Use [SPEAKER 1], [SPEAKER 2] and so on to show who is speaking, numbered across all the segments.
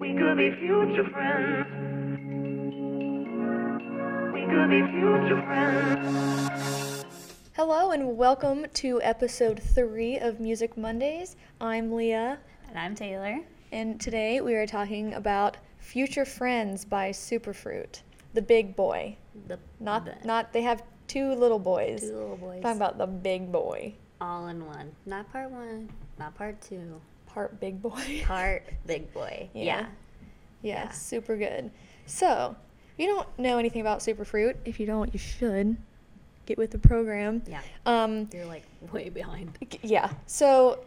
[SPEAKER 1] We could be future friends. We could be future friends.
[SPEAKER 2] Hello and welcome to episode three of Music Mondays. I'm Leah,
[SPEAKER 3] And I'm Taylor.
[SPEAKER 2] and today we are talking about Future Friends by Superfruit, the big boy.
[SPEAKER 3] The
[SPEAKER 2] Not,
[SPEAKER 3] the
[SPEAKER 2] not they have two little boys.
[SPEAKER 3] two little boys.
[SPEAKER 2] Talking about the big boy,
[SPEAKER 3] all in one. Not part one. Not part two.
[SPEAKER 2] part big boy.
[SPEAKER 3] Part big boy.
[SPEAKER 2] Yeah.
[SPEAKER 3] Yeah.
[SPEAKER 2] yeah,
[SPEAKER 3] yeah.
[SPEAKER 2] super good. So, if you don't know anything about Superfruit, if you don't, you should get with the program.
[SPEAKER 3] Yeah.
[SPEAKER 2] Um,
[SPEAKER 3] You're like way behind.
[SPEAKER 2] G- Yeah. So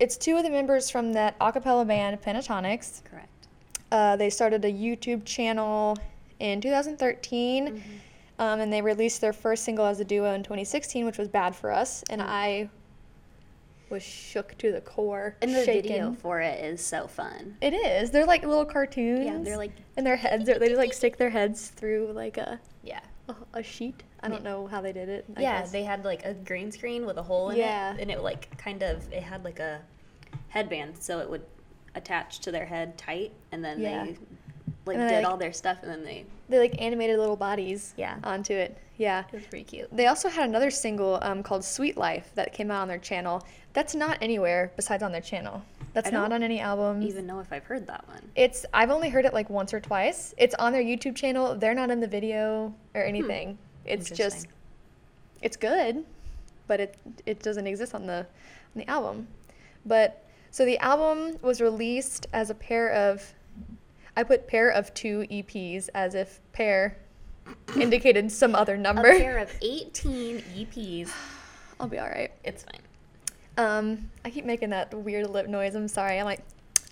[SPEAKER 2] it's two of the members from that a cappella band Pentatonics.
[SPEAKER 3] Correct.
[SPEAKER 2] Uh, they started a YouTube channel in 2013.
[SPEAKER 3] Mm-hmm.
[SPEAKER 2] Um, and they released their first single as a duo in 2016, which was Bad for Us.
[SPEAKER 3] Mm-hmm.
[SPEAKER 2] And I was shook to the core.
[SPEAKER 3] And the
[SPEAKER 2] shaken.
[SPEAKER 3] video for it is so fun.
[SPEAKER 2] It is. They're like little cartoons.
[SPEAKER 3] like-
[SPEAKER 2] And their heads are. They just like stick their heads through like a,
[SPEAKER 3] Yeah.
[SPEAKER 2] a, a sheet. I don't
[SPEAKER 3] Yeah.
[SPEAKER 2] know how they did it. I
[SPEAKER 3] yeah,
[SPEAKER 2] guess.
[SPEAKER 3] they had like a green screen with a hole in
[SPEAKER 2] Yeah.
[SPEAKER 3] it. And it like kind of it had like a headband so it would attach to their head tight and then
[SPEAKER 2] Yeah.
[SPEAKER 3] they like
[SPEAKER 2] And then,
[SPEAKER 3] did
[SPEAKER 2] like-
[SPEAKER 3] all their stuff and then they
[SPEAKER 2] they like animated little bodies.
[SPEAKER 3] Yeah. Mm-hmm.
[SPEAKER 2] Onto it. Yeah.
[SPEAKER 3] it was pretty cute.
[SPEAKER 2] They also had another single um, called Sweet Life that came out on their channel. That's not anywhere besides on their channel. That's
[SPEAKER 3] I
[SPEAKER 2] not
[SPEAKER 3] don't
[SPEAKER 2] on any albums.
[SPEAKER 3] Even know if I've heard that one.
[SPEAKER 2] It's I've only heard it like once or twice. It's on their YouTube channel. They're not in the video or anything. It's just
[SPEAKER 3] Hmm. Interesting.
[SPEAKER 2] it's good, but it it doesn't exist on the on the album. But so the album was released as a pair of I put pair of two EPs as if pair indicated some other
[SPEAKER 3] A
[SPEAKER 2] number.
[SPEAKER 3] pair of 18 EPs.
[SPEAKER 2] I'll be all right.
[SPEAKER 3] It's fine.
[SPEAKER 2] Um, I keep making that weird lip noise. I'm sorry. I'm like,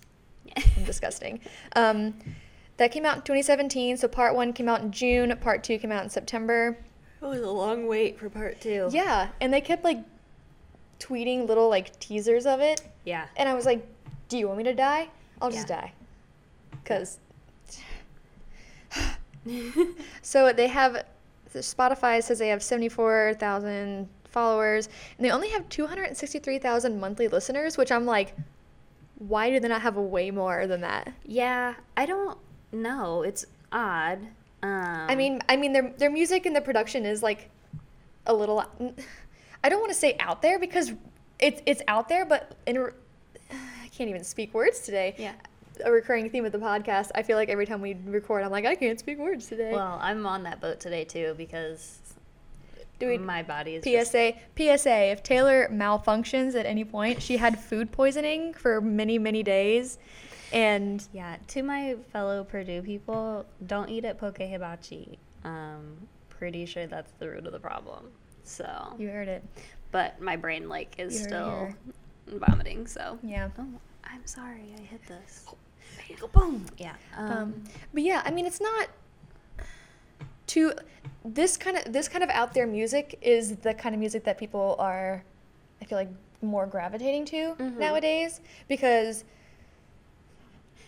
[SPEAKER 2] I'm disgusting. Um, that came out in 2017. So part one came out in June. Part two came out in September.
[SPEAKER 3] It was a long wait for part two.
[SPEAKER 2] Yeah, and they kept like tweeting little like teasers of it,
[SPEAKER 3] Yeah.
[SPEAKER 2] and I was like, "Do you want me to die? I'll just
[SPEAKER 3] Yeah.
[SPEAKER 2] die." Cause. so they have, Spotify says they have 74,000 followers, and they only have 263,000 monthly listeners, which I'm like, why do they not have way more than that?
[SPEAKER 3] yeah. I don't know. It's odd. Um,
[SPEAKER 2] I mean, I mean their their music and the production is like a little. I don't want to say out there because it's it's out there, but in re- I can't even speak words today.
[SPEAKER 3] Yeah.
[SPEAKER 2] a recurring theme of the podcast. I feel like every time we record, I'm like, I can't speak words today.
[SPEAKER 3] well, I'm on that boat today too because
[SPEAKER 2] Do we
[SPEAKER 3] my body is. just-
[SPEAKER 2] PSA PSA? If Taylor malfunctions at any point, she had food poisoning for many many days, and
[SPEAKER 3] yeah. To my fellow Purdue people, don't eat at Poke Hibachi. Um, pretty sure that's the root of the problem. So,
[SPEAKER 2] you heard it.
[SPEAKER 3] but my brain like is
[SPEAKER 2] You're
[SPEAKER 3] still vomiting. So.
[SPEAKER 2] Yeah.
[SPEAKER 3] Oh, I'm sorry. I hit this.
[SPEAKER 2] Oh,
[SPEAKER 3] Boom. Yeah.
[SPEAKER 2] Um, but yeah, I mean, it's not too this kind of this kind of out there music is the kind of music that people are, I feel like, more gravitating to
[SPEAKER 3] Mm-hmm.
[SPEAKER 2] nowadays because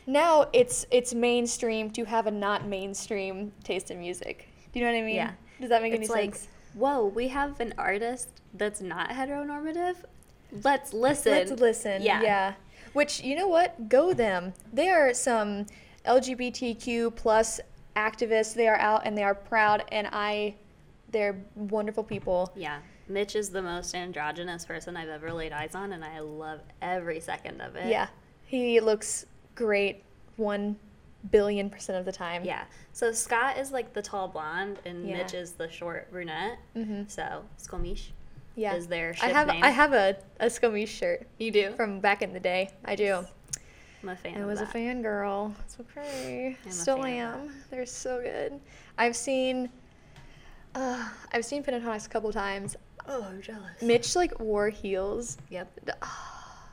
[SPEAKER 2] now it's it's mainstream to have a not mainstream taste in music. Do you know what I mean?
[SPEAKER 3] Yeah.
[SPEAKER 2] Does that make
[SPEAKER 3] it's
[SPEAKER 2] any
[SPEAKER 3] like,
[SPEAKER 2] sense?
[SPEAKER 3] whoa, we have an artist that's not heteronormative. Let's listen.
[SPEAKER 2] Let's listen. Yeah.
[SPEAKER 3] Yeah.
[SPEAKER 2] Which you know what? Go them. They are some LGBTQ plus activists. They are out and they are proud and I they're wonderful people.
[SPEAKER 3] Yeah. Mitch is the most androgynous person I've ever laid eyes on, and I love every second of it.
[SPEAKER 2] Yeah. He looks great one billion percent of the time.
[SPEAKER 3] Yeah. So Scott is like the tall blonde, and
[SPEAKER 2] Yeah.
[SPEAKER 3] Mitch is the short brunette. Mm-hmm. So Skomish.
[SPEAKER 2] Yeah.
[SPEAKER 3] Is their
[SPEAKER 2] I
[SPEAKER 3] ship
[SPEAKER 2] have
[SPEAKER 3] name.
[SPEAKER 2] I have a, a Scummy shirt
[SPEAKER 3] You do?
[SPEAKER 2] from back in the day. I do.
[SPEAKER 3] I'm a fan.
[SPEAKER 2] I
[SPEAKER 3] of
[SPEAKER 2] was a
[SPEAKER 3] that.
[SPEAKER 2] fangirl. It's okay.
[SPEAKER 3] I'm a
[SPEAKER 2] Still
[SPEAKER 3] fan of
[SPEAKER 2] am. They're so good. I've seen uh, I've seen Pentatonics a couple times.
[SPEAKER 3] Oh, I'm jealous.
[SPEAKER 2] Mitch like wore heels.
[SPEAKER 3] Yep.
[SPEAKER 2] D- ah.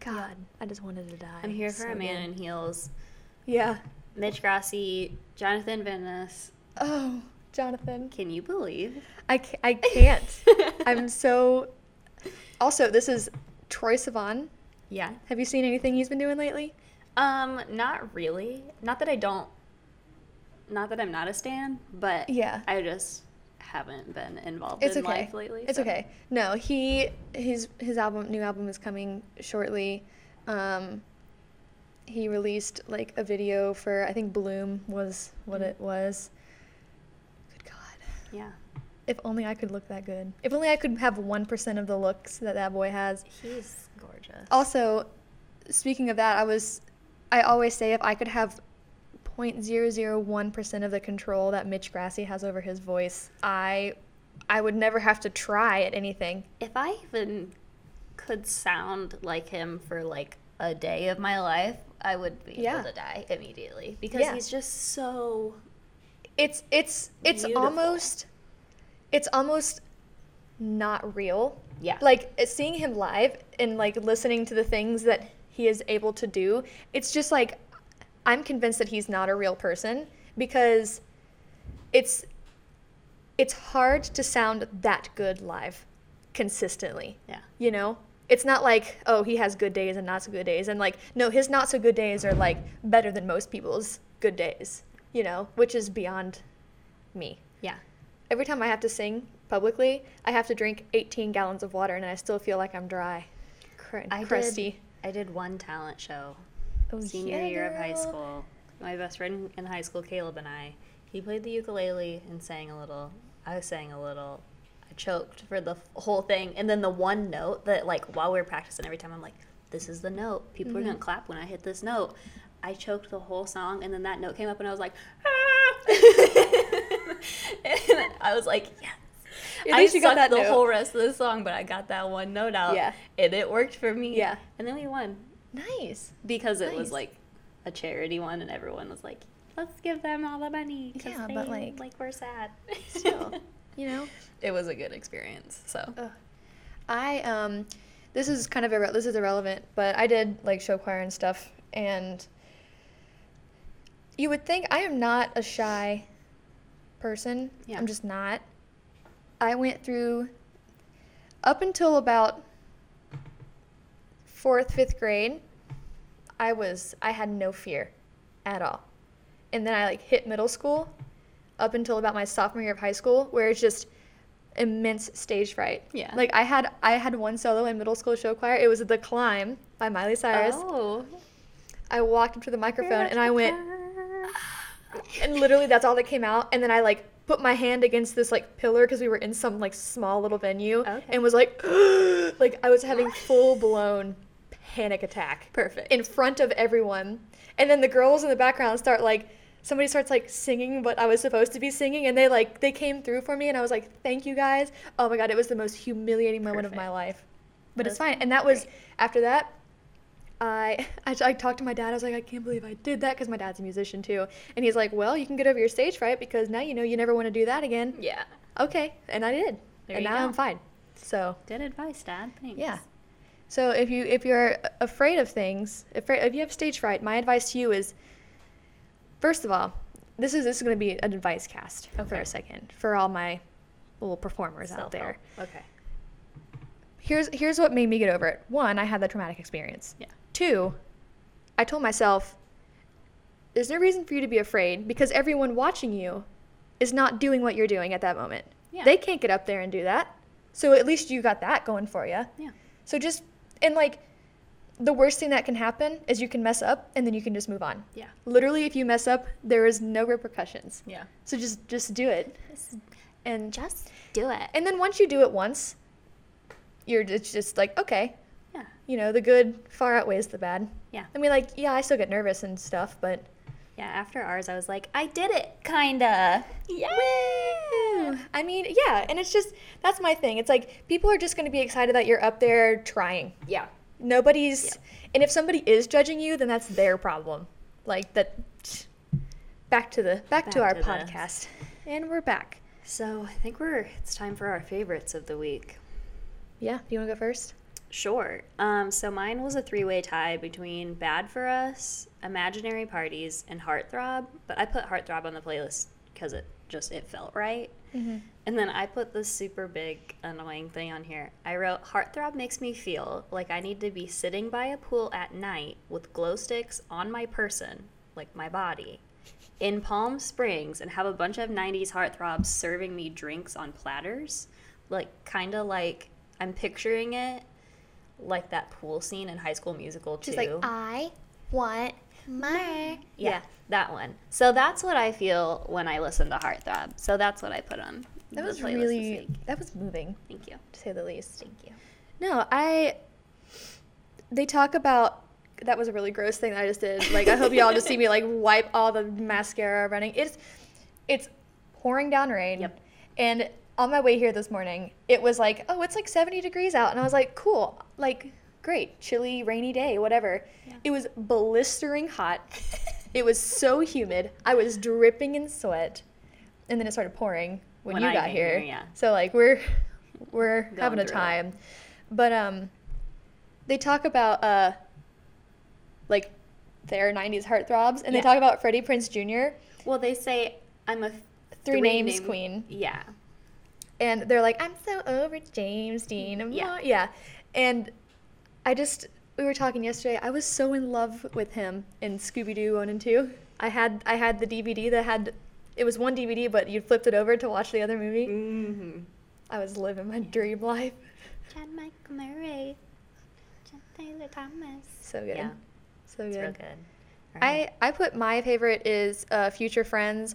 [SPEAKER 2] God, I just wanted to die.
[SPEAKER 3] I'm here for
[SPEAKER 2] so
[SPEAKER 3] a man
[SPEAKER 2] good.
[SPEAKER 3] in heels.
[SPEAKER 2] Yeah.
[SPEAKER 3] Mitch Grassi, Jonathan Venice.
[SPEAKER 2] Oh, Jonathan,
[SPEAKER 3] Can you believe?
[SPEAKER 2] I ca- I can't. I'm so. Also, this is Troy Sivan.
[SPEAKER 3] Yeah.
[SPEAKER 2] Have you seen anything he's been doing lately?
[SPEAKER 3] Um, not really. Not that I don't. Not that I'm not a stan, but
[SPEAKER 2] Yeah.
[SPEAKER 3] I just haven't been involved
[SPEAKER 2] It's
[SPEAKER 3] in
[SPEAKER 2] okay.
[SPEAKER 3] life lately.
[SPEAKER 2] it's
[SPEAKER 3] so-
[SPEAKER 2] okay. No, he his his album new album is coming shortly. Um, he released like a video for I think Bloom was
[SPEAKER 3] Mm.
[SPEAKER 2] what it was. Good God.
[SPEAKER 3] Yeah.
[SPEAKER 2] If only I could look that good. If only I could have 1% of the looks that that boy has.
[SPEAKER 3] He's gorgeous.
[SPEAKER 2] Also, speaking of that, I was I always say if I could have 0.001% of the control that Mitch Grassy has over his voice, I I would never have to try at anything.
[SPEAKER 3] if I even could sound like him for like a day of my life, I would be
[SPEAKER 2] Yeah.
[SPEAKER 3] able to die immediately because
[SPEAKER 2] Yeah.
[SPEAKER 3] he's just so
[SPEAKER 2] It's it's it's
[SPEAKER 3] Beautiful.
[SPEAKER 2] almost it's almost not real.
[SPEAKER 3] yeah.
[SPEAKER 2] Like uh, seeing him live and like listening to the things that he is able to do, it's just like I'm convinced that he's not a real person because it's it's hard to sound that good live consistently.
[SPEAKER 3] yeah.
[SPEAKER 2] You know? It's not like, oh, he has good days and not so good days and like no, his not so good days are like better than most people's good days, you know, which is beyond me
[SPEAKER 3] Yeah.
[SPEAKER 2] every time I have to sing publicly, I have to drink 18 gallons of water, and I still feel like I'm dry, Cr-
[SPEAKER 3] I
[SPEAKER 2] crusty.
[SPEAKER 3] did I did one talent show
[SPEAKER 2] Oh,
[SPEAKER 3] senior
[SPEAKER 2] yeah,
[SPEAKER 3] year of high
[SPEAKER 2] girl.
[SPEAKER 3] school. My best friend in high school, Caleb and I, he played the ukulele and sang a little. I sang a little. I choked for the f- whole thing, and then the one note that, like, while we were practicing, every time I'm like, "This is the note. People are
[SPEAKER 2] Mm-hmm.
[SPEAKER 3] gonna clap when I hit this note." I choked the whole song, and then that note came up, and I was like, "Ah!" and I was like, "Yes."
[SPEAKER 2] At
[SPEAKER 3] I
[SPEAKER 2] least you got
[SPEAKER 3] sucked
[SPEAKER 2] that
[SPEAKER 3] the
[SPEAKER 2] note.
[SPEAKER 3] whole rest of the song, but I got that one note out,
[SPEAKER 2] Yeah.
[SPEAKER 3] and it worked for me.
[SPEAKER 2] Yeah.
[SPEAKER 3] and then we won
[SPEAKER 2] Nice.
[SPEAKER 3] because it was
[SPEAKER 2] Nice.
[SPEAKER 3] like a charity one and everyone was like let's give them all the money 'cause
[SPEAKER 2] Yeah,
[SPEAKER 3] they,
[SPEAKER 2] but, like,
[SPEAKER 3] we're sad
[SPEAKER 2] still, You know,
[SPEAKER 3] it was a good experience so
[SPEAKER 2] Ugh. I um, this is kind of irre- this is irrelevant, but I did like show choir and stuff, and you would think I am not a shy person.
[SPEAKER 3] Yeah.
[SPEAKER 2] I'm just not. I went through up until about fourth, fifth grade, I was I had no fear at all. And then I like hit middle school up until about my sophomore year of high school where it's just immense stage fright.
[SPEAKER 3] Yeah.
[SPEAKER 2] Like I had I had one solo in middle school show choir. It was The Climb by Miley Cyrus.
[SPEAKER 3] oh
[SPEAKER 2] I walked up to the microphone and I went and literally that's all that came out and then i like put my hand against this like pillar because we were in some like small little venue
[SPEAKER 3] Okay.
[SPEAKER 2] and was like like i was having full-blown panic attack
[SPEAKER 3] Perfect.
[SPEAKER 2] in front of everyone and then the girls in the background start like somebody starts like singing what i was supposed to be singing and they like they came through for me and i was like thank you guys oh my god it was the most humiliating moment of my
[SPEAKER 3] Perfect.
[SPEAKER 2] life but it's
[SPEAKER 3] That's
[SPEAKER 2] fine and that was after that I, I I talked to my dad. I was like, I can't believe I did that because my dad's a musician too. And he's like, Well, you can get over your stage fright because now you know you never want to do that again.
[SPEAKER 3] yeah
[SPEAKER 2] Okay, and I did,
[SPEAKER 3] There
[SPEAKER 2] and
[SPEAKER 3] you
[SPEAKER 2] now
[SPEAKER 3] go.
[SPEAKER 2] I'm fine. So
[SPEAKER 3] good advice dad thanks
[SPEAKER 2] yeah. So if you if you're afraid of things, afraid if you have stage fright, my advice to you is, first of all, this is this is going to be an advice cast for
[SPEAKER 3] Okay.
[SPEAKER 2] a second for all my little performers out
[SPEAKER 3] Self-help.
[SPEAKER 2] there.
[SPEAKER 3] okay
[SPEAKER 2] Here's here's what made me get over it. One, I had that traumatic experience.
[SPEAKER 3] yeah
[SPEAKER 2] Two, I told myself, there's no reason for you to be afraid because everyone watching you is not doing what you're doing at that moment.
[SPEAKER 3] Yeah.
[SPEAKER 2] They can't get up there and do that. So at least you got that going for you.
[SPEAKER 3] yeah
[SPEAKER 2] So just, and like, the worst thing that can happen is you can mess up and then you can just move on.
[SPEAKER 3] yeah
[SPEAKER 2] Literally, if you mess up, there is no repercussions.
[SPEAKER 3] yeah
[SPEAKER 2] So just just do it. And
[SPEAKER 3] just do it
[SPEAKER 2] and then once you do it once, you're it's just like, okay,
[SPEAKER 3] yeah
[SPEAKER 2] you know, the good far outweighs the bad.
[SPEAKER 3] yeah
[SPEAKER 2] I mean, like, yeah, I still get nervous and stuff, but
[SPEAKER 3] yeah after ours i was like i did it kinda yeah
[SPEAKER 2] I mean, yeah, and it's just that's my thing. It's like people are just going to be excited that you're up there trying.
[SPEAKER 3] yeah
[SPEAKER 2] Nobody's, and if somebody is judging you, then that's their problem. Like that. Back to the back, to
[SPEAKER 3] Back
[SPEAKER 2] our
[SPEAKER 3] to this.
[SPEAKER 2] podcast, and we're back.
[SPEAKER 3] so i think we're it's time for our favorites of the week
[SPEAKER 2] Yeah, you want to go first?
[SPEAKER 3] Sure. Um, so mine was a three way tie between Bad for Us, Imaginary Parties, and Heartthrob. But I put Heartthrob on the playlist because it just it felt right. And then I put this super big annoying thing on here. I wrote Heartthrob makes me feel like I need to be sitting by a pool at night with glow sticks on my person, like my body, in Palm Springs and have a bunch of 90s heartthrobs serving me drinks on platters. Like, kind of like I'm picturing it like that pool scene in High School Musical too.
[SPEAKER 2] I What?
[SPEAKER 3] Yeah, that one. So that's what I feel when I listen to Heartthrob. So that's what I put on.
[SPEAKER 2] That
[SPEAKER 3] the
[SPEAKER 2] was
[SPEAKER 3] playlist this
[SPEAKER 2] really
[SPEAKER 3] week.
[SPEAKER 2] that was moving
[SPEAKER 3] Thank you.
[SPEAKER 2] to say the least.
[SPEAKER 3] Thank you.
[SPEAKER 2] No, I. They talk about that was a really gross thing that I just did. Like I hope y'all just see me like wipe all the mascara running. It's it's pouring down rain.
[SPEAKER 3] Yep.
[SPEAKER 2] And on my way here this morning, it was like, oh, it's like 70 degrees out, and I was like, cool, like great, chilly, rainy day, whatever. It was blistering hot. it was so humid. I was dripping in sweat, and then it started pouring when,
[SPEAKER 3] When
[SPEAKER 2] you
[SPEAKER 3] I
[SPEAKER 2] got
[SPEAKER 3] came
[SPEAKER 2] here.
[SPEAKER 3] here, yeah.
[SPEAKER 2] So like we're we're having a
[SPEAKER 3] through it.
[SPEAKER 2] time, but um, they talk about uh, like their '90s heartthrobs, and they
[SPEAKER 3] Yeah.
[SPEAKER 2] talk about Freddie Prince Jr.
[SPEAKER 3] Well, they say I'm a
[SPEAKER 2] Three names
[SPEAKER 3] name-
[SPEAKER 2] queen.
[SPEAKER 3] Yeah.
[SPEAKER 2] and they're like, "I'm so over James Dean." I'm
[SPEAKER 3] Yeah.
[SPEAKER 2] not-" yeah. And I just we were talking yesterday. I was so in love with him in Scooby Doo One and Two. I had I had the DVD that had it was one DVD, but you flipped it over to watch the other movie.
[SPEAKER 3] Mm-hmm.
[SPEAKER 2] I was living my dream life.
[SPEAKER 3] Chad Michael Murray, Chad Taylor Thomas.
[SPEAKER 2] So good.
[SPEAKER 3] Yeah,
[SPEAKER 2] So good.
[SPEAKER 3] it's real good. All right.
[SPEAKER 2] I, I put my favorite is uh, Future Friends,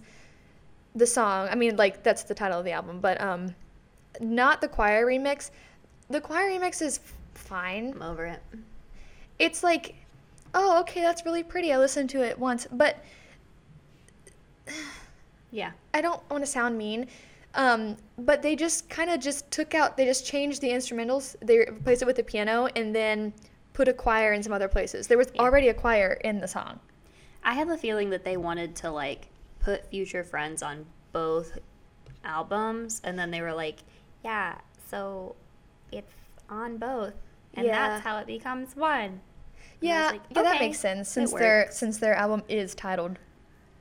[SPEAKER 2] the song. I mean, like, that's the title of the album, but um, not the choir remix. The choir remix is f- fine.
[SPEAKER 3] I'm over it.
[SPEAKER 2] It's like, oh, okay, that's really pretty. I listened to it once, but
[SPEAKER 3] Yeah.
[SPEAKER 2] I don't want to sound mean. Um, but they just kind of just took out, they just changed the instrumentals. They replaced it with the piano and then put a choir in some other places. There was already a choir in the song.
[SPEAKER 3] I have a feeling that they wanted to like put Future Friends on both albums, and then they were like, "Yeah, so it's on both, and
[SPEAKER 2] Yeah.
[SPEAKER 3] that's how it becomes one." And I
[SPEAKER 2] Yeah,
[SPEAKER 3] was like,
[SPEAKER 2] yeah, that
[SPEAKER 3] "Okay,
[SPEAKER 2] makes sense
[SPEAKER 3] it
[SPEAKER 2] since their
[SPEAKER 3] works."
[SPEAKER 2] since their album is titled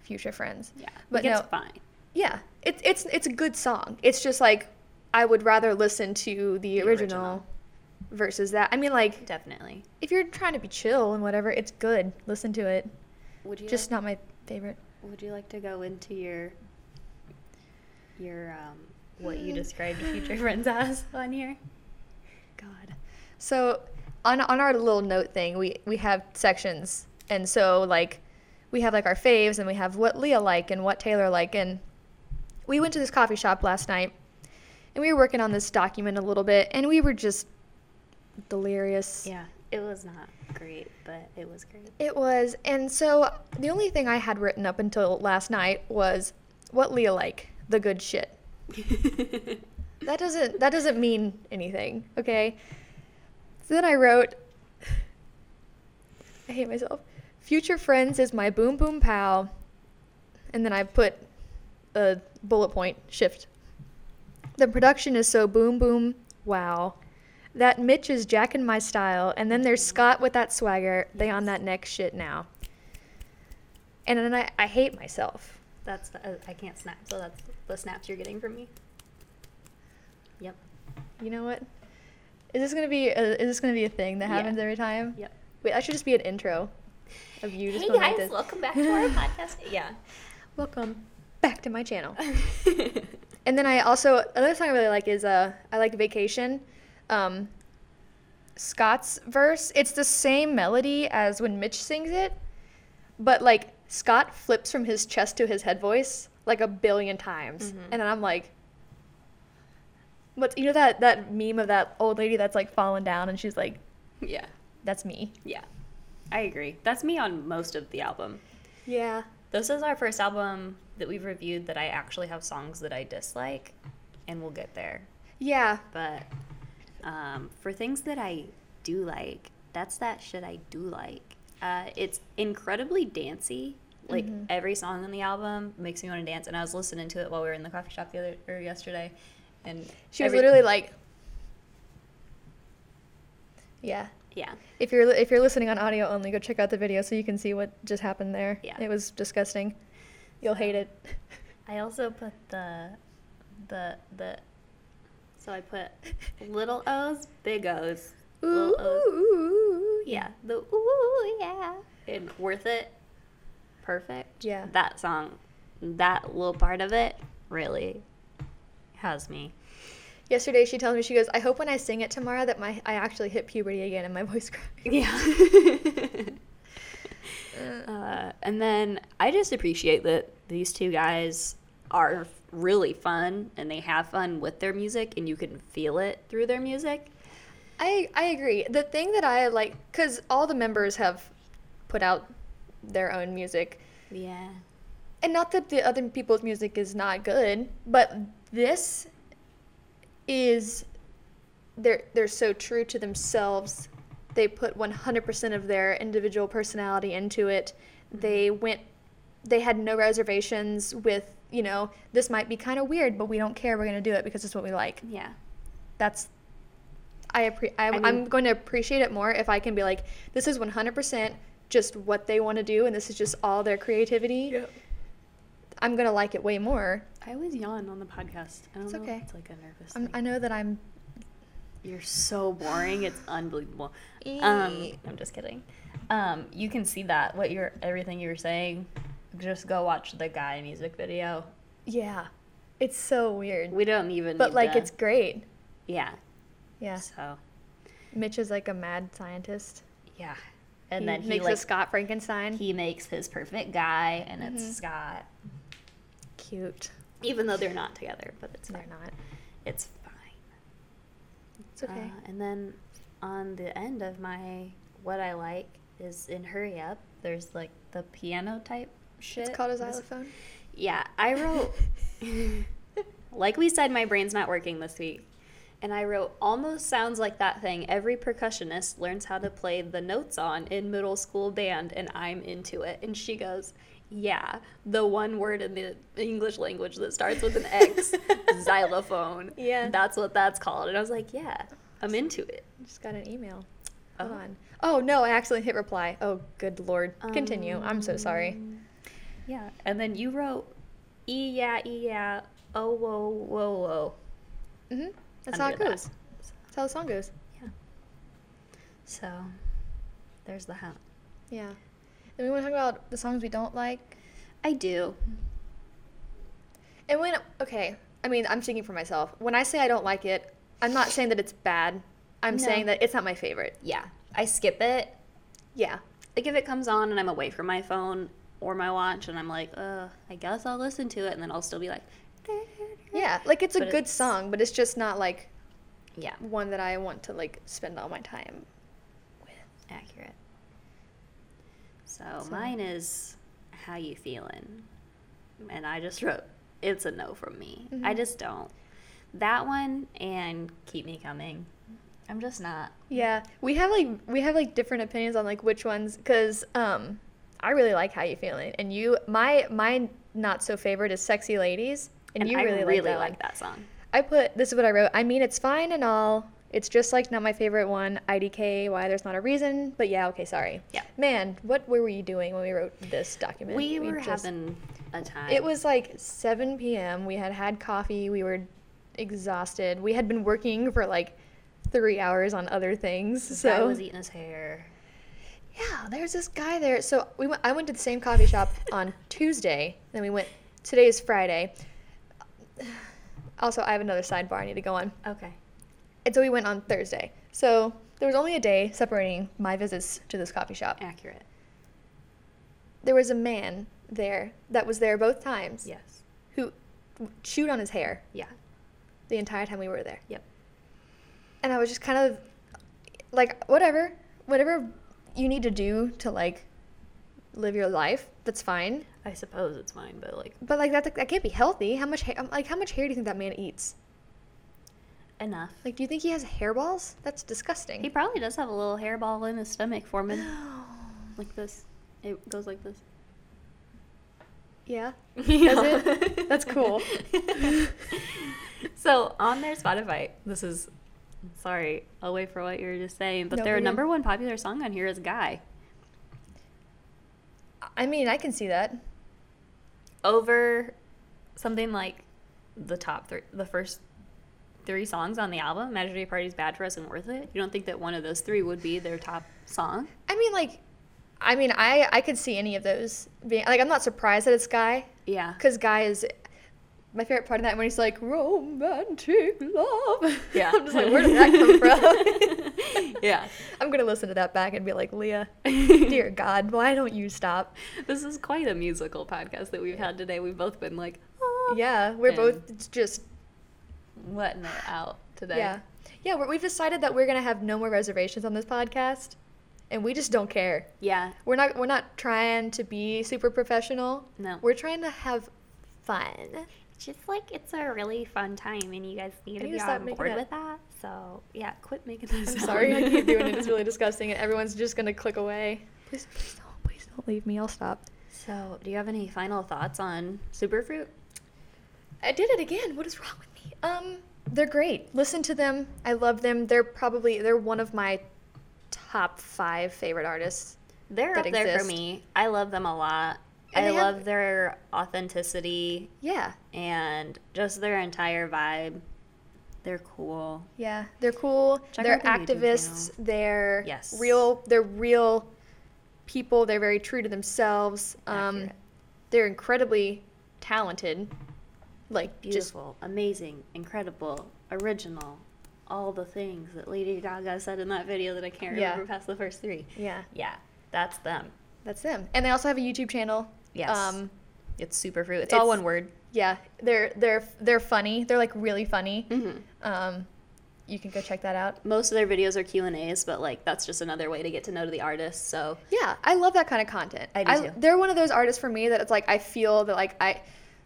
[SPEAKER 2] Future Friends.
[SPEAKER 3] yeah,
[SPEAKER 2] but
[SPEAKER 3] but it's
[SPEAKER 2] no-
[SPEAKER 3] fine.
[SPEAKER 2] Yeah, it's it's it's a good song. It's just like I would rather listen to the, original,
[SPEAKER 3] original.
[SPEAKER 2] versus that. I mean, like
[SPEAKER 3] Definitely.
[SPEAKER 2] if you're trying to be chill and whatever, it's good. Listen to it.
[SPEAKER 3] Would you
[SPEAKER 2] Just not my favorite.
[SPEAKER 3] Would you like to go into your your um what you described future friends as on here? God.
[SPEAKER 2] So on on our little note thing, we we have sections, and so like we have like our faves, and we have what Leah like and what Taylor like, and we went to this coffee shop last night, and we were working on this document a little bit, and we were just delirious.
[SPEAKER 3] Yeah. It was not great, but it was great.
[SPEAKER 2] It was, and so the only thing I had written up until last night was what Leah like, the good shit. that doesn't that doesn't mean anything, okay? So then I wrote I hate myself. Future friends is my boom boom pal. And then I put a bullet point shift. The production is so boom boom wow. That Mitch is jacking my style, and then there's Scott with that swagger. They on that next shit now. And then I, I hate myself.
[SPEAKER 3] That's the, uh, I can't snap, so that's the snaps you're getting from me. Yep.
[SPEAKER 2] You know what? Is this gonna be a, is this gonna be a thing that
[SPEAKER 3] Yeah.
[SPEAKER 2] happens every time?
[SPEAKER 3] Yep.
[SPEAKER 2] Wait, that should just be an intro of you just
[SPEAKER 3] hey
[SPEAKER 2] going
[SPEAKER 3] guys,
[SPEAKER 2] like this.
[SPEAKER 3] welcome back to our podcast. Yeah.
[SPEAKER 2] Welcome back to my channel. and then I also another song I really like is uh I like Vacation. Um, Scott's verse. It's the same melody as when Mitch sings it, but like Scott flips from his chest to his head voice like a billion times,
[SPEAKER 3] Mm-hmm.
[SPEAKER 2] and then I'm like. What's you know that that meme of that old lady that's like falling down and she's like,
[SPEAKER 3] Yeah.
[SPEAKER 2] "That's me."
[SPEAKER 3] Yeah. I agree. That's me on most of the album.
[SPEAKER 2] Yeah.
[SPEAKER 3] This is our first album that we've reviewed that I actually have songs that I dislike, and we'll get there.
[SPEAKER 2] Yeah.
[SPEAKER 3] But um, for things that I do like, that's that shit I do like. Uh, it's incredibly dancey. Like
[SPEAKER 2] Mm-hmm.
[SPEAKER 3] every song on the album makes me want to dance. And I was listening to it while we were in the coffee shop the other or yesterday, and
[SPEAKER 2] She was
[SPEAKER 3] every-
[SPEAKER 2] literally like, "Yeah."
[SPEAKER 3] yeah,
[SPEAKER 2] If you're if you're listening on audio only, go check out the video so you can see what just happened there.
[SPEAKER 3] Yeah.
[SPEAKER 2] It was disgusting. You'll hate it.
[SPEAKER 3] I also put the the the so I put little O's, big O's,
[SPEAKER 2] Ooh,
[SPEAKER 3] little O's,
[SPEAKER 2] ooh, ooh, ooh.
[SPEAKER 3] yeah, the ooh yeah, and worth it, perfect.
[SPEAKER 2] Yeah.
[SPEAKER 3] that song, that little part of it really has me.
[SPEAKER 2] Yesterday she tells me she goes, "I hope when I sing it tomorrow that my I actually hit puberty again and my voice cracks."
[SPEAKER 3] Yeah, Uh, and then I just appreciate that these two guys are really fun and they have fun with their music and you can feel it through their music.
[SPEAKER 2] I I agree. The thing that I like, because all the members have put out their own music,
[SPEAKER 3] Yeah.
[SPEAKER 2] and not that the other people's music is not good, but this is they're they're so true to themselves. They put 100% of their individual personality into it. They went they had no reservations with, you know, this might be kind of weird, but we don't care. We're going to do it because it's what we like.
[SPEAKER 3] Yeah.
[SPEAKER 2] that's I appre- I, I
[SPEAKER 3] mean-
[SPEAKER 2] am going to appreciate it more if I can be like this is 100% just what they want to do and this is just all their creativity. I'm going to like it way more.
[SPEAKER 3] I always yawn on the podcast. I don't
[SPEAKER 2] It's
[SPEAKER 3] know.
[SPEAKER 2] okay.
[SPEAKER 3] It's like a nervous
[SPEAKER 2] I'm,
[SPEAKER 3] thing.
[SPEAKER 2] I know that I'm
[SPEAKER 3] You're so boring. It's unbelievable. Um, I'm just kidding. Um, you can see that what you're everything you were saying. Just go watch the guy music video.
[SPEAKER 2] yeah. It's so weird.
[SPEAKER 3] We don't even.
[SPEAKER 2] but
[SPEAKER 3] need
[SPEAKER 2] like
[SPEAKER 3] to-
[SPEAKER 2] it's great.
[SPEAKER 3] yeah.
[SPEAKER 2] Yeah.
[SPEAKER 3] So
[SPEAKER 2] Mitch is like a mad scientist.
[SPEAKER 3] yeah, and
[SPEAKER 2] he
[SPEAKER 3] then he
[SPEAKER 2] makes
[SPEAKER 3] like
[SPEAKER 2] a Scott Frankenstein.
[SPEAKER 3] he makes his perfect guy, and it's Scott.
[SPEAKER 2] Cute.
[SPEAKER 3] Mm-hmm. Even though they're not together, but it's
[SPEAKER 2] They're
[SPEAKER 3] fine.
[SPEAKER 2] not.
[SPEAKER 3] It's fine.
[SPEAKER 2] It's okay.
[SPEAKER 3] Uh, and then on the end of my what I like is in Hurry Up. There's like the piano type shit.
[SPEAKER 2] it's called a
[SPEAKER 3] This-
[SPEAKER 2] xylophone.
[SPEAKER 3] Yeah, I wrote. like we said, my brain's not working this week. And I wrote, almost sounds like that thing every percussionist learns how to play the notes on in middle school band, and I'm into it. And she goes, Yeah, the one word in the English language that starts with an X, xylophone.
[SPEAKER 2] Yeah.
[SPEAKER 3] That's what that's called. And I was like, Yeah, I'm into it.
[SPEAKER 2] Just got an email. Hold on. Oh no, I actually hit reply. Oh good lord. Continue. I'm so sorry.
[SPEAKER 3] Yeah. And then you wrote, E yeah, E yeah, oh, whoa, whoa, whoa.
[SPEAKER 2] hmm That's how it
[SPEAKER 3] under that.
[SPEAKER 2] goes. That's how the song goes.
[SPEAKER 3] So there's the hunt.
[SPEAKER 2] Yeah. And we want to talk about the songs we don't like.
[SPEAKER 3] I do.
[SPEAKER 2] And when, okay, I mean, I'm thinking for myself. When I say I don't like it, I'm not saying that it's bad. I'm
[SPEAKER 3] No.
[SPEAKER 2] saying that it's not my favorite.
[SPEAKER 3] Yeah. I skip it.
[SPEAKER 2] Yeah.
[SPEAKER 3] Like if it comes on and I'm away from my phone or my watch and I'm like, uh, I guess I'll listen to it and then I'll still be like,
[SPEAKER 2] Yeah. Like it's a
[SPEAKER 3] But
[SPEAKER 2] good
[SPEAKER 3] it's-
[SPEAKER 2] song, but it's just not like
[SPEAKER 3] yeah,
[SPEAKER 2] one that I want to like spend all my time.
[SPEAKER 3] accurate. So, mine is how you feeling. And I just wrote, it's a no from me.
[SPEAKER 2] Mm-hmm.
[SPEAKER 3] I just don't. That one and keep me coming. I'm just not.
[SPEAKER 2] Yeah. We have like, we have like different opinions on like which ones, because, um, I really like how you feeling. And you, my, my not so favorite is Sexy Ladies. And,
[SPEAKER 3] And
[SPEAKER 2] you
[SPEAKER 3] I
[SPEAKER 2] really, like that. one.
[SPEAKER 3] that song.
[SPEAKER 2] I put this is what I wrote. I mean, it's fine and all. It's just like not my favorite one, IDK. Why there's not a reason, but yeah, okay, sorry.
[SPEAKER 3] Yeah.
[SPEAKER 2] Man, what were you doing when we wrote this document?
[SPEAKER 3] We, were
[SPEAKER 2] just-
[SPEAKER 3] having a time.
[SPEAKER 2] It was like 7 p.m. We had had coffee. We were exhausted. We had been working for like three hours on other things.
[SPEAKER 3] So I
[SPEAKER 2] So
[SPEAKER 3] was eating his hair.
[SPEAKER 2] e-, yeah, there's this guy there. So we went, I went to the same coffee shop on Tuesday. Then we went. Today is Friday. Also, I have another sidebar I need to go on.
[SPEAKER 3] Okay.
[SPEAKER 2] And so we went on Thursday. So there was only a day separating my visits to this coffee shop.
[SPEAKER 3] Accurate.
[SPEAKER 2] There was a man there that was there both times
[SPEAKER 3] Yes.
[SPEAKER 2] who chewed on his hair
[SPEAKER 3] Yeah.
[SPEAKER 2] the entire time we were there.
[SPEAKER 3] Yep.
[SPEAKER 2] And I was just kind of like, whatever, whatever you need to do to like live your life, that's fine.
[SPEAKER 3] I suppose it's mine, but like
[SPEAKER 2] But like that, that can't be healthy. How much hair? Like how much hair do you think that man eats?
[SPEAKER 3] enough.
[SPEAKER 2] Like, do you think he has hairballs? That's disgusting.
[SPEAKER 3] He probably does have a little hairball in his stomach forming like this. It goes like this.
[SPEAKER 2] yeah.
[SPEAKER 3] Does
[SPEAKER 2] it? That's cool.
[SPEAKER 3] so on their Spotify, this is sorry, away for what you were just saying, but
[SPEAKER 2] No,
[SPEAKER 3] their
[SPEAKER 2] you're good.
[SPEAKER 3] number one popular song on here is Guy.
[SPEAKER 2] I mean, I can see that.
[SPEAKER 3] Over something like the top three the first three songs on the album, Imaginary Party's Bad for Us and Worth It. You don't think that one of those three would be their top song?
[SPEAKER 2] I mean, like, I mean, I I could see any of those being like. I'm not surprised that it's Guy
[SPEAKER 3] Yeah.
[SPEAKER 2] because Guy is my favorite part of that when he's like romantic love.
[SPEAKER 3] Yeah.
[SPEAKER 2] I'm just like, where did that come from?
[SPEAKER 3] yeah.
[SPEAKER 2] I'm gonna listen to that back and be like, Leah, dear God, why don't you stop?
[SPEAKER 3] This is quite a musical podcast that we've had today. We've both been like, oh,
[SPEAKER 2] Yeah, we're
[SPEAKER 3] And-
[SPEAKER 2] both just
[SPEAKER 3] letting it out today.
[SPEAKER 2] yeah, yeah. We're, we've decided that we're gonna have no more reservations on this podcast, and we just don't care.
[SPEAKER 3] Yeah.
[SPEAKER 2] We're not we're not trying to be super professional.
[SPEAKER 3] No.
[SPEAKER 2] We're trying to have fun.
[SPEAKER 3] Just like it's a really fun time, and you guys need
[SPEAKER 2] I
[SPEAKER 3] to
[SPEAKER 2] need
[SPEAKER 3] be
[SPEAKER 2] to stop
[SPEAKER 3] on
[SPEAKER 2] making
[SPEAKER 3] board
[SPEAKER 2] that-
[SPEAKER 3] with that. So yeah, quit making this.
[SPEAKER 2] I'm sorry I keep doing it. It's really disgusting, and everyone's just gonna click away. Please, please don't, please don't leave me. I'll stop.
[SPEAKER 3] So, do you have any final thoughts on superfruit?
[SPEAKER 2] I did it again. What is wrong with me? Um, they're great. Listen to them. I love them. They're probably they're one of my top five favorite artists.
[SPEAKER 3] They're
[SPEAKER 2] That
[SPEAKER 3] up there for
[SPEAKER 2] exist.
[SPEAKER 3] me. I love them a lot.
[SPEAKER 2] And
[SPEAKER 3] I
[SPEAKER 2] they have-
[SPEAKER 3] love their authenticity
[SPEAKER 2] Yeah,
[SPEAKER 3] and just their entire vibe. They're cool.
[SPEAKER 2] yeah. They're cool.
[SPEAKER 3] Check
[SPEAKER 2] they're
[SPEAKER 3] out their YouTube
[SPEAKER 2] activists. They're
[SPEAKER 3] Yes.
[SPEAKER 2] real. They're real people. They're very true to themselves. Um,
[SPEAKER 3] Accurate.
[SPEAKER 2] they're incredibly talented. Like just
[SPEAKER 3] Beautiful, amazing, incredible, original. All the things that Lady Gaga said in that video that I can't
[SPEAKER 2] Yeah.
[SPEAKER 3] remember past the first three.
[SPEAKER 2] yeah,
[SPEAKER 3] Yeah, that's them.
[SPEAKER 2] that's them. And they also have a YouTube channel.
[SPEAKER 3] Yes.
[SPEAKER 2] Um,
[SPEAKER 3] It's superfruit. It's,
[SPEAKER 2] It's-
[SPEAKER 3] all one word.
[SPEAKER 2] yeah. They're they're they're funny. They're like really funny.
[SPEAKER 3] Mm-hmm.
[SPEAKER 2] Um, you can go check that out.
[SPEAKER 3] Most of their videos are Q and A's, but like that's just another way to get to know the artist. So
[SPEAKER 2] Yeah, I love that kind of content.
[SPEAKER 3] I do too.
[SPEAKER 2] They're one of those artists for me that it's like I feel that like I,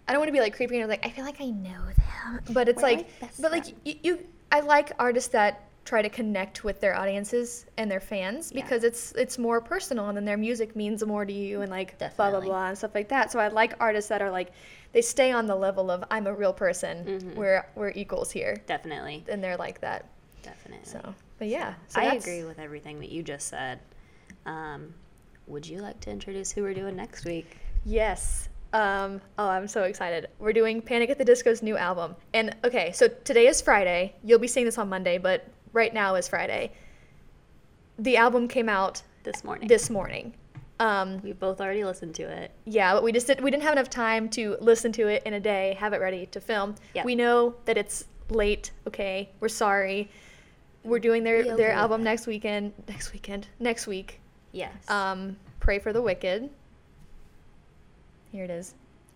[SPEAKER 2] I don't want to be like creepy and like I feel like I know them, but it's
[SPEAKER 3] We're
[SPEAKER 2] like,
[SPEAKER 3] like best
[SPEAKER 2] but like you, you, I like artists that try to connect with their audiences and their fans
[SPEAKER 3] Yeah.
[SPEAKER 2] because it's it's more personal and then their music means more to you and like blah blah
[SPEAKER 3] Definitely.
[SPEAKER 2] blah and stuff like that. So I like artists that are like they stay on the level of I'm a real person.
[SPEAKER 3] Mm-hmm.
[SPEAKER 2] We're we're equals here,
[SPEAKER 3] definitely,
[SPEAKER 2] and they're like that.
[SPEAKER 3] definitely.
[SPEAKER 2] So, but yeah, so
[SPEAKER 3] I
[SPEAKER 2] that's-
[SPEAKER 3] agree with everything that you just said. Um, would you like to introduce who we're doing next week?
[SPEAKER 2] Yes. Um, oh, I'm so excited. We're doing Panic at the Disco's new album. And okay, so today is Friday. You'll be seeing this on Monday, but right now is Friday. The album came out
[SPEAKER 3] This morning.
[SPEAKER 2] this morning. Um,
[SPEAKER 3] We've both already listened to it.
[SPEAKER 2] yeah, but we just did, we didn't have enough time to listen to it in a day, have it ready to film.
[SPEAKER 3] Yeah.
[SPEAKER 2] We know that it's late. Okay, we're sorry. We're doing their
[SPEAKER 3] Be okay
[SPEAKER 2] their
[SPEAKER 3] with
[SPEAKER 2] album
[SPEAKER 3] that.
[SPEAKER 2] next weekend. Next weekend. Next week.
[SPEAKER 3] Yes.
[SPEAKER 2] Um, Pray for the Wicked. Here it is.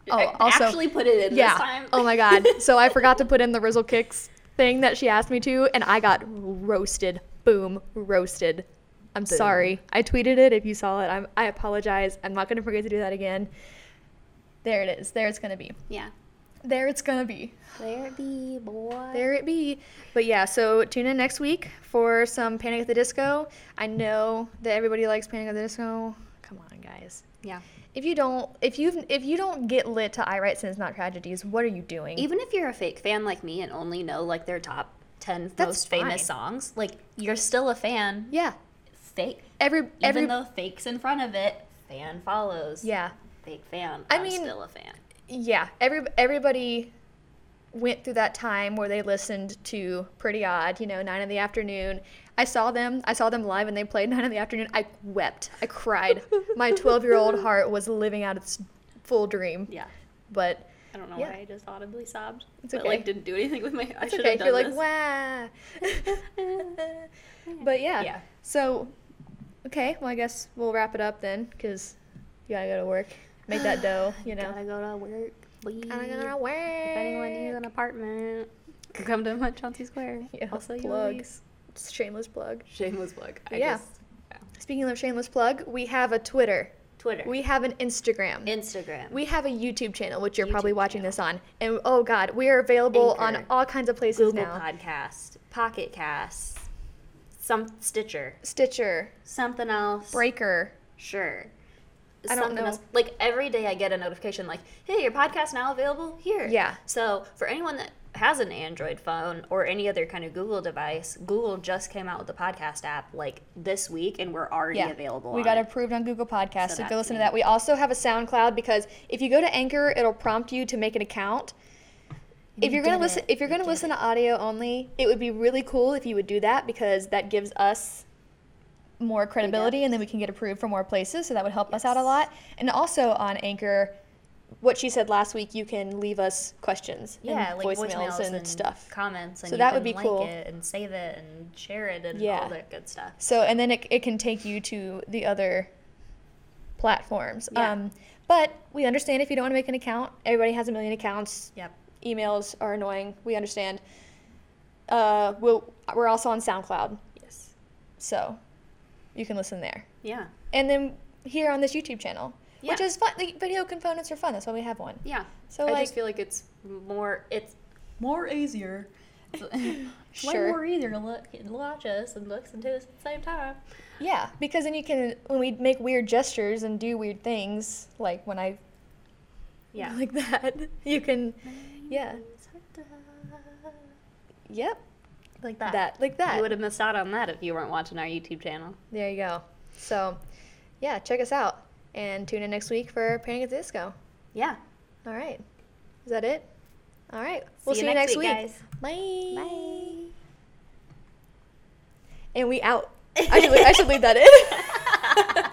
[SPEAKER 3] I
[SPEAKER 2] Oh, also,
[SPEAKER 3] actually put it in
[SPEAKER 2] yeah.
[SPEAKER 3] this time.
[SPEAKER 2] Oh my God. So I forgot to put in the Rizzle Kicks thing that she asked me to, and I got roasted. Boom, roasted. I'm sorry. I tweeted it. If you saw it, I'm, I apologize. I'm not going to forget to do that again. There it is. There it's going to be.
[SPEAKER 3] yeah.
[SPEAKER 2] There it's going to be.
[SPEAKER 3] There it be boy.
[SPEAKER 2] There it be. But yeah, so tune in next week for some Panic at the Disco. I know that everybody likes Panic at the Disco. Come on, guys.
[SPEAKER 3] Yeah.
[SPEAKER 2] If you don't, if you if you don't get lit to I Write Sins Not Tragedies, what are you doing?
[SPEAKER 3] Even if you're a fake fan like me and only know like their top ten
[SPEAKER 2] That's
[SPEAKER 3] most
[SPEAKER 2] fine.
[SPEAKER 3] famous songs, like you're still a fan.
[SPEAKER 2] yeah,
[SPEAKER 3] Fake.
[SPEAKER 2] every every
[SPEAKER 3] Even though fake's in front of it, fan follows.
[SPEAKER 2] yeah
[SPEAKER 3] Fake fan.
[SPEAKER 2] I
[SPEAKER 3] I'm
[SPEAKER 2] mean-
[SPEAKER 3] still a fan.
[SPEAKER 2] yeah every everybody went through that time where they listened to Pretty Odd, you know, Nine in the Afternoon. I saw them. I saw them live, and they played Nine in the Afternoon. I wept. I cried. My twelve-year-old heart was living out its full dream.
[SPEAKER 3] Yeah.
[SPEAKER 2] But
[SPEAKER 3] I don't know
[SPEAKER 2] Yeah.
[SPEAKER 3] why I just audibly sobbed.
[SPEAKER 2] It's
[SPEAKER 3] but
[SPEAKER 2] okay.
[SPEAKER 3] like didn't do anything with my I
[SPEAKER 2] it's
[SPEAKER 3] should
[SPEAKER 2] okay. If
[SPEAKER 3] have done
[SPEAKER 2] you're like,
[SPEAKER 3] this.
[SPEAKER 2] wow. but yeah.
[SPEAKER 3] Yeah.
[SPEAKER 2] So, okay. Well, I guess we'll wrap it up then, because you gotta go to work, make that dough. You know.
[SPEAKER 3] Gotta go to work. Leave.
[SPEAKER 2] I'm gonna work.
[SPEAKER 3] If anyone needs an apartment, come to my Chauncey Square.
[SPEAKER 2] Yeah,
[SPEAKER 3] Also, you
[SPEAKER 2] plug.
[SPEAKER 3] always-
[SPEAKER 2] Shameless plug.
[SPEAKER 3] Shameless plug. I
[SPEAKER 2] Yeah.
[SPEAKER 3] just-
[SPEAKER 2] Speaking of shameless plug, we have a Twitter.
[SPEAKER 3] Twitter.
[SPEAKER 2] We have an Instagram.
[SPEAKER 3] Instagram.
[SPEAKER 2] we have a YouTube channel, which you're
[SPEAKER 3] YouTube
[SPEAKER 2] probably watching
[SPEAKER 3] channel.
[SPEAKER 2] this on. And oh God, we are available on
[SPEAKER 3] Anchor.
[SPEAKER 2] all kinds of places
[SPEAKER 3] Google
[SPEAKER 2] now.
[SPEAKER 3] Podcast, Pocket Cast, some Stitcher,
[SPEAKER 2] Stitcher,
[SPEAKER 3] something else.
[SPEAKER 2] Breaker.
[SPEAKER 3] Sure.
[SPEAKER 2] I don't
[SPEAKER 3] Something
[SPEAKER 2] know.
[SPEAKER 3] Else. Like every day, I get a notification like, "Hey, your podcast now available here."
[SPEAKER 2] Yeah.
[SPEAKER 3] So for anyone that has an Android phone or any other kind of Google device, Google just came out with the podcast app like this week, and we're already available.
[SPEAKER 2] We
[SPEAKER 3] on
[SPEAKER 2] got
[SPEAKER 3] it.
[SPEAKER 2] approved on Google Podcasts, so, go
[SPEAKER 3] So that's
[SPEAKER 2] listen to
[SPEAKER 3] neat.
[SPEAKER 2] that. We also have a SoundCloud because if you go to Anchor, it'll prompt you to make an account. If you're gonna
[SPEAKER 3] did
[SPEAKER 2] listen,
[SPEAKER 3] it.
[SPEAKER 2] if you're gonna listen to audio only, it would be really cool if you would do that because that gives us more credibility, and then we can get approved for more places. So that would help us out a lot. And also on Anchor, what she said last week, you can leave us questions,
[SPEAKER 3] yeah,
[SPEAKER 2] and
[SPEAKER 3] like
[SPEAKER 2] voicemails, and, stuff.
[SPEAKER 3] comments, and
[SPEAKER 2] So
[SPEAKER 3] you
[SPEAKER 2] that
[SPEAKER 3] can
[SPEAKER 2] would be
[SPEAKER 3] like
[SPEAKER 2] cool.
[SPEAKER 3] it and save it and share it and
[SPEAKER 2] Yeah.
[SPEAKER 3] all that good stuff.
[SPEAKER 2] So, and then it, it can take you to the other platforms.
[SPEAKER 3] Yeah.
[SPEAKER 2] Um, but we understand if you don't want to make an account, everybody has a million accounts.
[SPEAKER 3] Yep.
[SPEAKER 2] Emails are annoying. We understand. Uh, we'll, we're also on SoundCloud,
[SPEAKER 3] Yes.
[SPEAKER 2] so you can listen there.
[SPEAKER 3] Yeah.
[SPEAKER 2] And then here on this YouTube channel, which
[SPEAKER 3] Yeah.
[SPEAKER 2] is fun. The video components are fun. That's why we have one.
[SPEAKER 3] Yeah.
[SPEAKER 2] So,
[SPEAKER 3] I
[SPEAKER 2] like-
[SPEAKER 3] just feel like it's more it's more easier.
[SPEAKER 2] Sure.
[SPEAKER 3] Way more easier to look and watch us and listen to us at the same time.
[SPEAKER 2] Yeah, because then you can when we make weird gestures and do weird things, like when I
[SPEAKER 3] Yeah.
[SPEAKER 2] like that, you can, yeah, yep,
[SPEAKER 3] Like that.
[SPEAKER 2] that like that.
[SPEAKER 3] You would have missed out on that if you weren't watching our YouTube channel.
[SPEAKER 2] There you go. So, yeah, check us out and tune in next week for Panic at the Disco.
[SPEAKER 3] Yeah.
[SPEAKER 2] All right. Is that it? All right. We'll
[SPEAKER 3] See
[SPEAKER 2] see
[SPEAKER 3] you
[SPEAKER 2] you,
[SPEAKER 3] next
[SPEAKER 2] next,
[SPEAKER 3] week,
[SPEAKER 2] week.
[SPEAKER 3] guys.
[SPEAKER 2] Bye.
[SPEAKER 3] Bye.
[SPEAKER 2] And we out. I should, leave- I should leave that in.